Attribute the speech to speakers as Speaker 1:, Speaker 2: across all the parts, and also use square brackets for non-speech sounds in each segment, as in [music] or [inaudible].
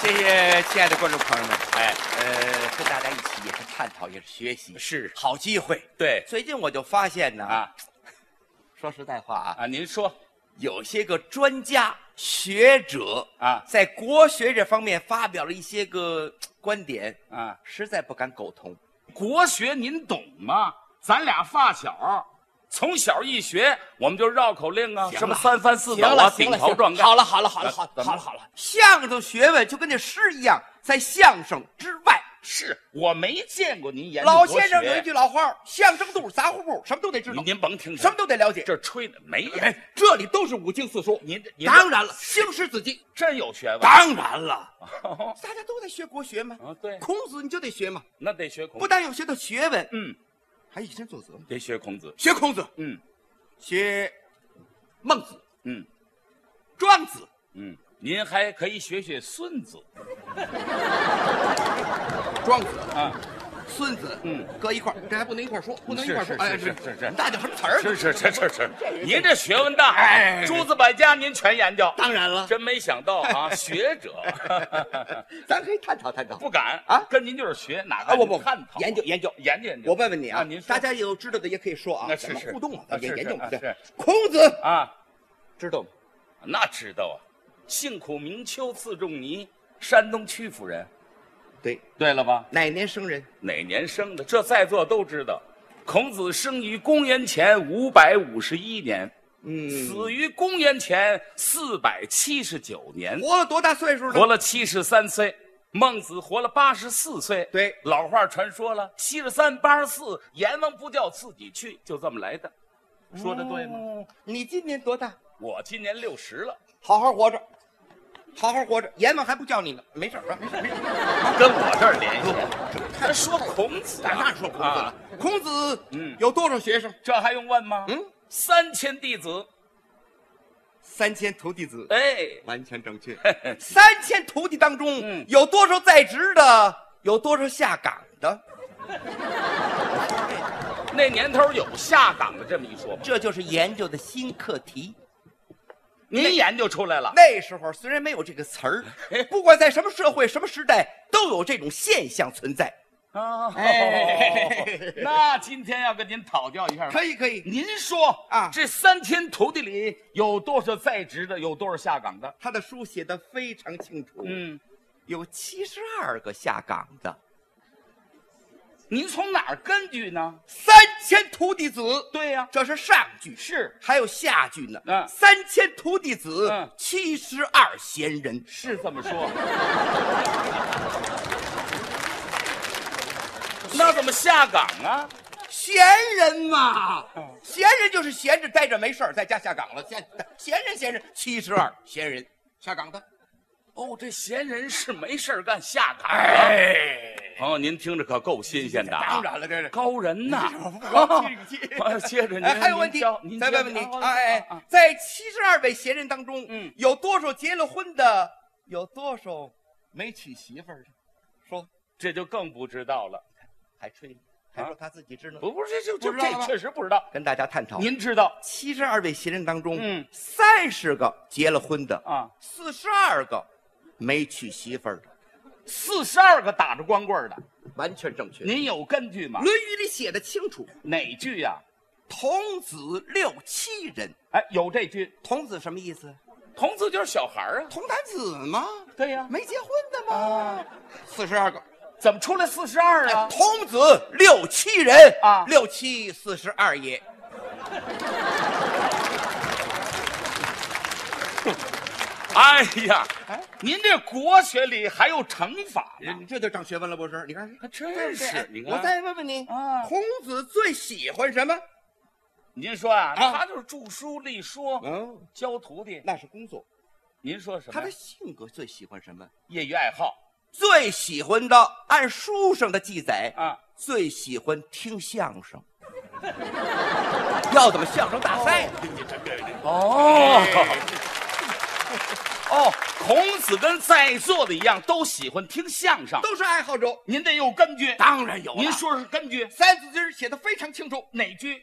Speaker 1: 谢谢亲爱的观众朋友们，哎，呃，跟大家一起也是探讨，也是学习，
Speaker 2: 是
Speaker 1: 好机会。
Speaker 2: 对
Speaker 1: 最近我就发现呢，
Speaker 2: 啊
Speaker 1: 说实在话啊，
Speaker 2: 啊，您说
Speaker 1: 有些个专家学者
Speaker 2: 啊
Speaker 1: 在国学这方面发表了一些个观点，
Speaker 2: 啊，
Speaker 1: 实在不敢苟同。
Speaker 2: 国学您懂吗？咱俩发小，从小一学我们就绕口令啊，
Speaker 1: 行了
Speaker 2: 什么三翻四抖
Speaker 1: 行
Speaker 2: 啊，
Speaker 1: 了行
Speaker 2: 顶
Speaker 1: 了
Speaker 2: 头
Speaker 1: 行
Speaker 2: 撞
Speaker 1: 了
Speaker 2: 盖。
Speaker 1: 好了好了好了
Speaker 2: 怎
Speaker 1: 好了
Speaker 2: 怎
Speaker 1: 好
Speaker 2: 么
Speaker 1: 了好了，呃相声学问就跟那诗一样，在相声之外。
Speaker 2: 是我没见过您研究
Speaker 1: 老
Speaker 2: 国学
Speaker 1: 先生有一句老话儿相声肚、杂货铺，什么都得知道
Speaker 2: 您，您甭听他
Speaker 1: 什么都得了解。
Speaker 2: 这吹的没人，
Speaker 1: 哎，这里都是五经四书，
Speaker 2: 您这您这
Speaker 1: 当然了，兴师自敬，
Speaker 2: 真有学问。
Speaker 1: 当然了，
Speaker 2: 哦 [laughs]
Speaker 1: 大家都在学国学嘛。
Speaker 2: 啊，对，
Speaker 1: 孔子你就得学嘛，
Speaker 2: 那得学孔
Speaker 1: 不
Speaker 2: 子，
Speaker 1: 但要学到学问，
Speaker 2: 哦嗯，
Speaker 1: 还以身作则嘛。
Speaker 2: 得学孔子，
Speaker 1: 学孔子，
Speaker 2: 嗯
Speaker 1: 学孟子、
Speaker 2: 嗯
Speaker 1: 庄子，
Speaker 2: 嗯，您还可以学学孙子
Speaker 1: 庄子、
Speaker 2: 啊，
Speaker 1: 孙子，
Speaker 2: 嗯，
Speaker 1: 搁一块儿，这还不能一块儿说，不能一块儿说。
Speaker 2: 是是
Speaker 1: 哎
Speaker 2: 是是是是
Speaker 1: 大家什么词儿？
Speaker 2: 是是是是是，您这学问大，
Speaker 1: 哎
Speaker 2: 诸子百家您全研究，
Speaker 1: 当然了，
Speaker 2: 真没想到啊，学者
Speaker 1: [laughs] 咱可以探讨探讨。
Speaker 2: 不敢
Speaker 1: 啊
Speaker 2: 跟您就是学哪个
Speaker 1: 啊，我不
Speaker 2: 探讨
Speaker 1: 研究研究。
Speaker 2: 研究研究，
Speaker 1: 我问问你啊，
Speaker 2: 您说
Speaker 1: 大家有知道的也可以说啊，
Speaker 2: 那是
Speaker 1: 咱们
Speaker 2: 是
Speaker 1: 互动嘛，
Speaker 2: 啊
Speaker 1: 咱研
Speaker 2: 是
Speaker 1: 研究
Speaker 2: 是
Speaker 1: 嘛。
Speaker 2: 啊
Speaker 1: 对
Speaker 2: 是
Speaker 1: 孔子
Speaker 2: 啊，
Speaker 1: 知道吗？
Speaker 2: 那知道啊，幸苦明秋自仲尼，山东曲阜人，
Speaker 1: 对，
Speaker 2: 对了吧？
Speaker 1: 哪年生人？
Speaker 2: 哪年生的？这在座都知道。孔子生于公元前五百五十一年，
Speaker 1: 嗯，
Speaker 2: 死于公元前四百七十九年，
Speaker 1: 活了多大岁数呢？
Speaker 2: 活了七十三岁。孟子活了八十四岁。
Speaker 1: 对
Speaker 2: 老话传说了，七十三八十四，阎王不叫自己去，就这么来的。说的对吗？
Speaker 1: 哦你今年多大？
Speaker 2: 我今年六十了，
Speaker 1: 好好活着，好好活着。阎王还不叫你呢，没事儿啊，没事儿没事儿。
Speaker 2: 跟我这儿联系。咱说孔子啊，
Speaker 1: 咱那说孔子
Speaker 2: 啊
Speaker 1: 了，孔子
Speaker 2: 嗯
Speaker 1: 有多少学生？
Speaker 2: 这还用问吗？
Speaker 1: 嗯，
Speaker 2: 三千弟子，
Speaker 1: 三千徒弟子，
Speaker 2: 哎， [laughs]
Speaker 1: 完全正确。三千徒弟当中
Speaker 2: 嗯，
Speaker 1: 有多少在职的？有多少下岗的？
Speaker 2: 那年头有下岗的这么一说吗？
Speaker 1: 这就是研究的新课题。
Speaker 2: 您研究出来了，
Speaker 1: 那时候虽然没有这个词儿，不管在什么社会、什么时代，都有这种现象存在。
Speaker 2: 啊
Speaker 1: 哎
Speaker 2: [laughs] 那今天要跟您讨教一下，
Speaker 1: 可以，可以，
Speaker 2: 您说
Speaker 1: 啊
Speaker 2: 这三千徒弟里有多少在职的，有多少下岗的？
Speaker 1: 他的书写的非常清楚。
Speaker 2: 嗯，
Speaker 1: 有七十二个下岗的，
Speaker 2: 您从哪儿根据呢？
Speaker 1: 三千徒弟子，
Speaker 2: 对呀、
Speaker 1: 这是上句，
Speaker 2: 是
Speaker 1: 还有下句呢。
Speaker 2: 嗯
Speaker 1: 三千徒弟子
Speaker 2: 嗯，
Speaker 1: 七十二贤人。
Speaker 2: 是这
Speaker 1: [laughs]
Speaker 2: 么说。那怎么下岗啊？
Speaker 1: 闲人嘛，
Speaker 2: 哦
Speaker 1: 闲人就是闲着待着没事儿，在家下岗了。闲闲人，闲人，七十二闲人下岗的。
Speaker 2: 哦，这闲人是没事儿干下岗啊。
Speaker 1: 哎，
Speaker 2: 朋友，您听着可够新鲜的、啊。
Speaker 1: 当然了，
Speaker 2: [laughs]
Speaker 1: 哎这是。
Speaker 2: 高人呐！哦 [laughs]
Speaker 1: 我
Speaker 2: 接着您，
Speaker 1: 哎，还有问
Speaker 2: 您
Speaker 1: 题
Speaker 2: 教，您
Speaker 1: 再
Speaker 2: 教
Speaker 1: 问问你
Speaker 2: 啊，啊
Speaker 1: 哎
Speaker 2: 啊
Speaker 1: 哎，在七十二位闲人当中，
Speaker 2: 嗯
Speaker 1: 有多少结了婚的，有多少没娶媳妇儿的？说，
Speaker 2: 这就更不知道了。
Speaker 1: 还吹，还说他自己知道，
Speaker 2: 不不是，这
Speaker 1: 不
Speaker 2: 就
Speaker 1: 知
Speaker 2: 就
Speaker 1: 道了
Speaker 2: 这
Speaker 1: 吧
Speaker 2: 确实不知道。
Speaker 1: 跟大家探讨。
Speaker 2: 您知道
Speaker 1: 七十二位闲人当中，
Speaker 2: 嗯
Speaker 1: 三十个结了婚的，
Speaker 2: 啊？
Speaker 1: 四十二个没娶媳妇儿的，
Speaker 2: 四十二个打着光棍儿的，
Speaker 1: 完全正确。《
Speaker 2: 您有根据吗
Speaker 1: 论？语》里写的清楚，
Speaker 2: 哪句呀？
Speaker 1: 童子六七人。
Speaker 2: 哎，有这句，
Speaker 1: 童子什么意思？
Speaker 2: 童子就是小孩儿啊。
Speaker 1: 童男子吗？
Speaker 2: 对呀，
Speaker 1: 没结婚的吗？四十二个。
Speaker 2: 怎么出来四十二啊？
Speaker 1: 童子六七人
Speaker 2: 啊
Speaker 1: 六七四十二也。
Speaker 2: 哎呀，您这国学里还有乘法呢，
Speaker 1: 你这就长学问了，不是？你看，
Speaker 2: 还哎真是。你
Speaker 1: 我
Speaker 2: 看，
Speaker 1: 再问问你，
Speaker 2: 啊
Speaker 1: 孔子最喜欢什么？
Speaker 2: 您说啊，
Speaker 1: 啊
Speaker 2: 他就是著书立说，
Speaker 1: 嗯，
Speaker 2: 教徒弟。
Speaker 1: 那是工作。
Speaker 2: 您说什
Speaker 1: 他
Speaker 2: 么
Speaker 1: 的
Speaker 2: 呀？
Speaker 1: 性格最喜欢什么？
Speaker 2: 业余爱好
Speaker 1: 最喜欢的，按书上的记载，
Speaker 2: 啊。
Speaker 1: 最喜欢听相声。 [laughs] 要怎么相声大赛？
Speaker 2: 哦，哦，孔子跟在座的一样，都喜欢听相声。
Speaker 1: 都是爱好者。
Speaker 2: 您得有根据，
Speaker 1: 当然有了
Speaker 2: 您说说根据
Speaker 1: 《三字经》写的非常清楚，
Speaker 2: 哪句？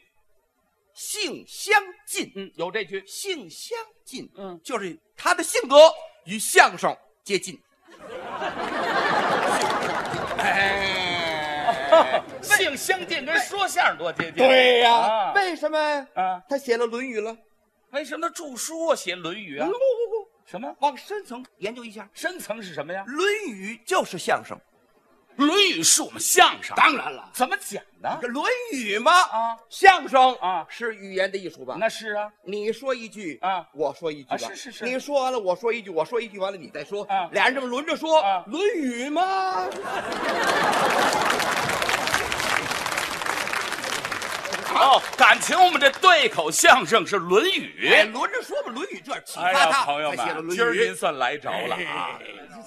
Speaker 1: 性相近。
Speaker 2: 嗯，有这句。
Speaker 1: 性相近，
Speaker 2: 嗯 [laughs]
Speaker 1: 就是他的性格与相声接近。哎，
Speaker 2: [laughs] 性相近跟说相声多接近。
Speaker 1: [laughs] 对呀、
Speaker 2: 啊
Speaker 1: 为什么
Speaker 2: 啊
Speaker 1: 他写了《论语》了？
Speaker 2: 为什么著书啊写《论语》啊
Speaker 1: 不？不不，
Speaker 2: 什么
Speaker 1: 哦往深层研究一下，
Speaker 2: 深层是什么呀？
Speaker 1: 《论语》就是相声。
Speaker 2: 《论语》是我们相声，
Speaker 1: 当然了，
Speaker 2: 怎么讲的
Speaker 1: 这？《论语》嘛，
Speaker 2: 啊，
Speaker 1: 相声
Speaker 2: 啊
Speaker 1: 是语言的艺术吧？
Speaker 2: 那是啊，
Speaker 1: 你说一句
Speaker 2: 啊
Speaker 1: 我说一句吧
Speaker 2: 啊是是是
Speaker 1: 你说完了，我说一句，我说一句，完了你再说，
Speaker 2: 啊
Speaker 1: 俩人这么轮着说，
Speaker 2: 啊哎
Speaker 1: 论语》吗？
Speaker 2: 哦，感情我们这对口相声是《论语
Speaker 1: 哎，》。轮着说吧，《论语》这启
Speaker 2: 哎
Speaker 1: 发
Speaker 2: 呀，
Speaker 1: 他，
Speaker 2: 朋友
Speaker 1: 才写了《
Speaker 2: 们，
Speaker 1: 论
Speaker 2: 今儿
Speaker 1: 语
Speaker 2: 您》。算来着了啊！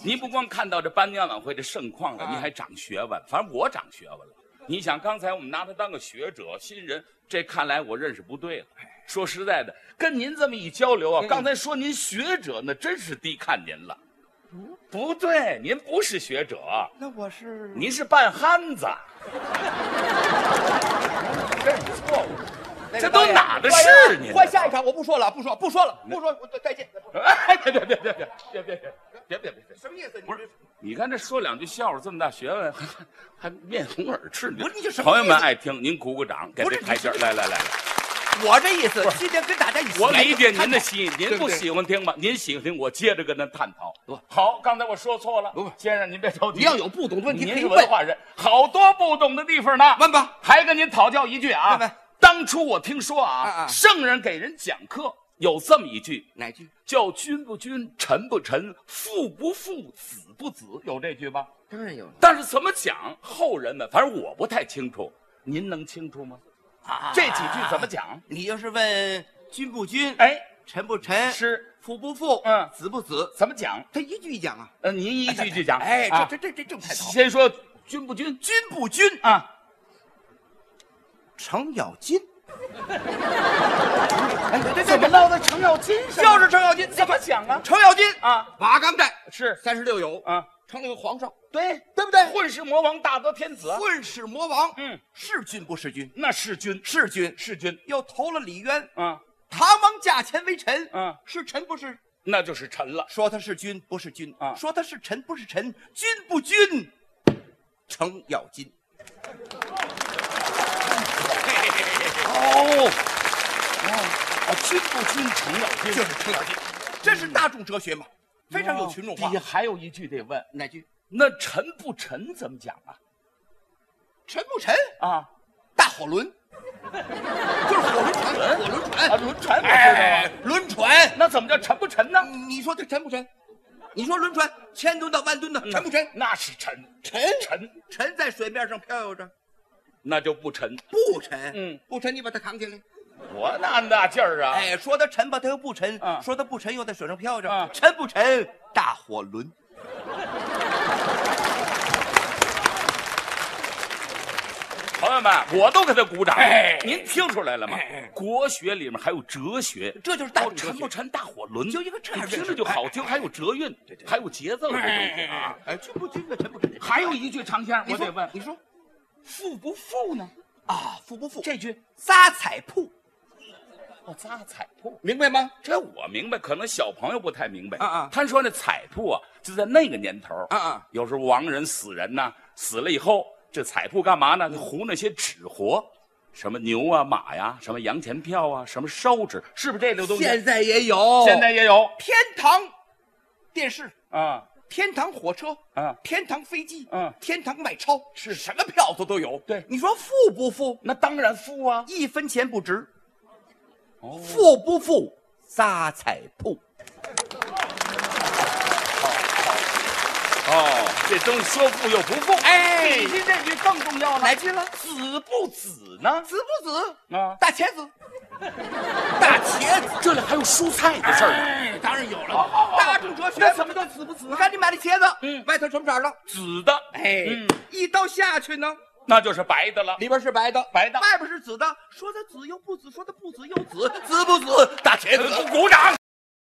Speaker 2: 您不光看到这颁奖晚会的盛况了，您还长学问。反正我长学问了。你想，刚才我们拿他当个学者、新人，这看来我认识不对了。说实在的，跟您这么一交流啊，刚才说您学者，那真是低看您了。不对，您不是学者，
Speaker 1: 那我是
Speaker 2: 您是半憨子。这是错误。
Speaker 1: 那个
Speaker 2: 这
Speaker 1: 导
Speaker 2: 都
Speaker 1: 演
Speaker 2: 哪儿的
Speaker 1: 导演
Speaker 2: 事儿你
Speaker 1: 换下一场，我不说了，不说，不说了，不说，我再见。
Speaker 2: 哎，别别别别别别别别别别别别！
Speaker 1: 什么意思？
Speaker 2: 不是，你看这说两句笑话这么大学问，还还面红耳赤呢。
Speaker 1: 不是你这什么
Speaker 2: 朋友们
Speaker 1: 意思
Speaker 2: 爱听，您鼓鼓掌，给
Speaker 1: 不是
Speaker 2: 这台阶儿。
Speaker 1: 你
Speaker 2: 来来来，来
Speaker 1: 我这意思，今天跟大家一起
Speaker 2: 我
Speaker 1: 来
Speaker 2: 理解
Speaker 1: 看
Speaker 2: 您的心意，您
Speaker 1: 对不
Speaker 2: 不
Speaker 1: 对
Speaker 2: 喜欢听吧？您喜欢听，我接着跟他探讨
Speaker 1: 不。
Speaker 2: 好，刚才我说错了，
Speaker 1: 不不
Speaker 2: 先生您别着急，
Speaker 1: 你要有不懂的问题
Speaker 2: 您
Speaker 1: 可以
Speaker 2: 是
Speaker 1: 问
Speaker 2: 文，化人，好多不懂的地方呢。
Speaker 1: 问吧。
Speaker 2: 还跟您讨教一句啊，
Speaker 1: 问问
Speaker 2: 当初我听说啊，
Speaker 1: 啊啊
Speaker 2: 圣人给人讲课有这么一句，
Speaker 1: 哪句？
Speaker 2: 叫君不君，臣不臣，父不父，子不子，有这句吧？
Speaker 1: 当然有
Speaker 2: 但是怎么讲，后人们反正我不太清楚，您能清楚吗？
Speaker 1: 啊
Speaker 2: 这几句怎么？讲？
Speaker 1: 你就是问君不君，
Speaker 2: 哎，
Speaker 1: 臣不臣，
Speaker 2: 是
Speaker 1: 父不父，
Speaker 2: 嗯
Speaker 1: 子不子，
Speaker 2: 怎么讲？
Speaker 1: 他一句一讲啊。
Speaker 2: 呃，您一句一句讲。
Speaker 1: 哎，
Speaker 2: 啊
Speaker 1: 这这这这正太好。
Speaker 2: 先说君不君
Speaker 1: 君不君，
Speaker 2: 啊，
Speaker 1: 程咬金。哎，对对
Speaker 2: 怎么落到程咬金上了？
Speaker 1: 就是程咬金？
Speaker 2: 怎么讲啊？
Speaker 1: 程咬金
Speaker 2: 啊，
Speaker 1: 瓦岗寨
Speaker 2: 是
Speaker 1: 三十六友，
Speaker 2: 啊，
Speaker 1: 成了个皇上，
Speaker 2: 对，
Speaker 1: 对不对？
Speaker 2: 混世魔王，大德天子，
Speaker 1: 混世魔王，
Speaker 2: 嗯，
Speaker 1: 是君不是君？
Speaker 2: 那是君
Speaker 1: 是君，
Speaker 2: 是君
Speaker 1: 又投了李渊，
Speaker 2: 啊，
Speaker 1: 唐王驾前为臣，
Speaker 2: 嗯
Speaker 1: 是臣不是？
Speaker 2: 那就是臣了。
Speaker 1: 说他是君不是君
Speaker 2: 啊
Speaker 1: 说他是臣不是臣，君不君？程咬金，
Speaker 2: 哦，哦，君不君，臣咬金，
Speaker 1: 就是程咬金，这是大众哲学嘛，
Speaker 2: 嗯
Speaker 1: 非常有群众化
Speaker 2: 底下。还有一句得问，
Speaker 1: 哪句？
Speaker 2: 那臣不臣怎么讲啊？
Speaker 1: 臣不臣？
Speaker 2: 啊
Speaker 1: 大火轮，就是火轮船，火轮船哎
Speaker 2: 啊，，轮船我知道啊，，
Speaker 1: 轮船。
Speaker 2: 那怎么叫臣不臣呢？
Speaker 1: 你说这沉不沉？你说轮船千吨到万吨的沉不沉？
Speaker 2: 那是嗯臣，嗯
Speaker 1: 沉
Speaker 2: 臣
Speaker 1: 沉在水面上飘悠着，
Speaker 2: 那就不臣，
Speaker 1: 不沉。
Speaker 2: 嗯，
Speaker 1: 不沉，你把它扛起来。
Speaker 2: 多大那劲儿啊！
Speaker 1: 哎，说它沉吧，它又不沉；
Speaker 2: 啊
Speaker 1: 说它不沉，又在水上飘悠着。
Speaker 2: 啊
Speaker 1: 沉不沉？大火轮。
Speaker 2: 朋友们，我都给他鼓掌。
Speaker 1: 哎
Speaker 2: 您听出来了吗？国学里面还有哲学，
Speaker 1: 这就是大
Speaker 2: 哦
Speaker 1: 众哲
Speaker 2: 沉
Speaker 1: 学
Speaker 2: 不沉大火轮，
Speaker 1: 就一个这样认
Speaker 2: 你
Speaker 1: 识
Speaker 2: 听着就好听，还有哲韵，还有节奏这东西啊。
Speaker 1: 哎，君不君的沉不沉？
Speaker 2: 还有一句长相，
Speaker 1: 你
Speaker 2: 我
Speaker 1: 说
Speaker 2: 得问，
Speaker 1: 你说
Speaker 2: 富不富呢？
Speaker 1: 啊，富不富？
Speaker 2: 这句
Speaker 1: 仨彩铺，
Speaker 2: 我扎彩铺，
Speaker 1: 明白吗？
Speaker 2: 这我明白，可能小朋友不太明白。
Speaker 1: 啊啊
Speaker 2: 他说那彩铺啊，就在那个年头儿
Speaker 1: 啊啊，
Speaker 2: 有时候亡人死人呐、死了以后，这彩铺干嘛呢？就糊那些纸活，什么牛啊、马呀、什么洋钱票啊、什么烧纸，是不是这类东西？
Speaker 1: 现在也有，
Speaker 2: 现在也有
Speaker 1: 天堂电视、
Speaker 2: 啊
Speaker 1: 天堂火车、
Speaker 2: 啊，
Speaker 1: 天堂飞机、
Speaker 2: 嗯
Speaker 1: 天堂卖钞，是什么票子都有。
Speaker 2: 对
Speaker 1: 你说富不富？
Speaker 2: 那当然富啊。
Speaker 1: 一分钱不值。
Speaker 2: 哦
Speaker 1: 富不富？仨彩铺。
Speaker 2: 哦，这东西说富又不富，
Speaker 1: 哎
Speaker 2: 比起这句更重要了
Speaker 1: 哪。句了？
Speaker 2: 子不子呢？
Speaker 1: 子不子？
Speaker 2: 啊，
Speaker 1: 大茄子。大茄子。
Speaker 2: 这里还有蔬菜的事儿呢。
Speaker 1: 哎，当然有了。大众哲学。
Speaker 2: 那怎么叫子不子
Speaker 1: 你
Speaker 2: 啊？
Speaker 1: 看你买的茄子，
Speaker 2: 嗯
Speaker 1: 外头什么色儿的？
Speaker 2: 紫的，
Speaker 1: 哎
Speaker 2: 嗯，
Speaker 1: 一刀下去呢，
Speaker 2: 那就是白的了。
Speaker 1: 里边是白的，
Speaker 2: 白的
Speaker 1: 外边是紫的。说它紫又不紫，说它不紫又紫，紫不紫？大茄子。
Speaker 2: 鼓掌。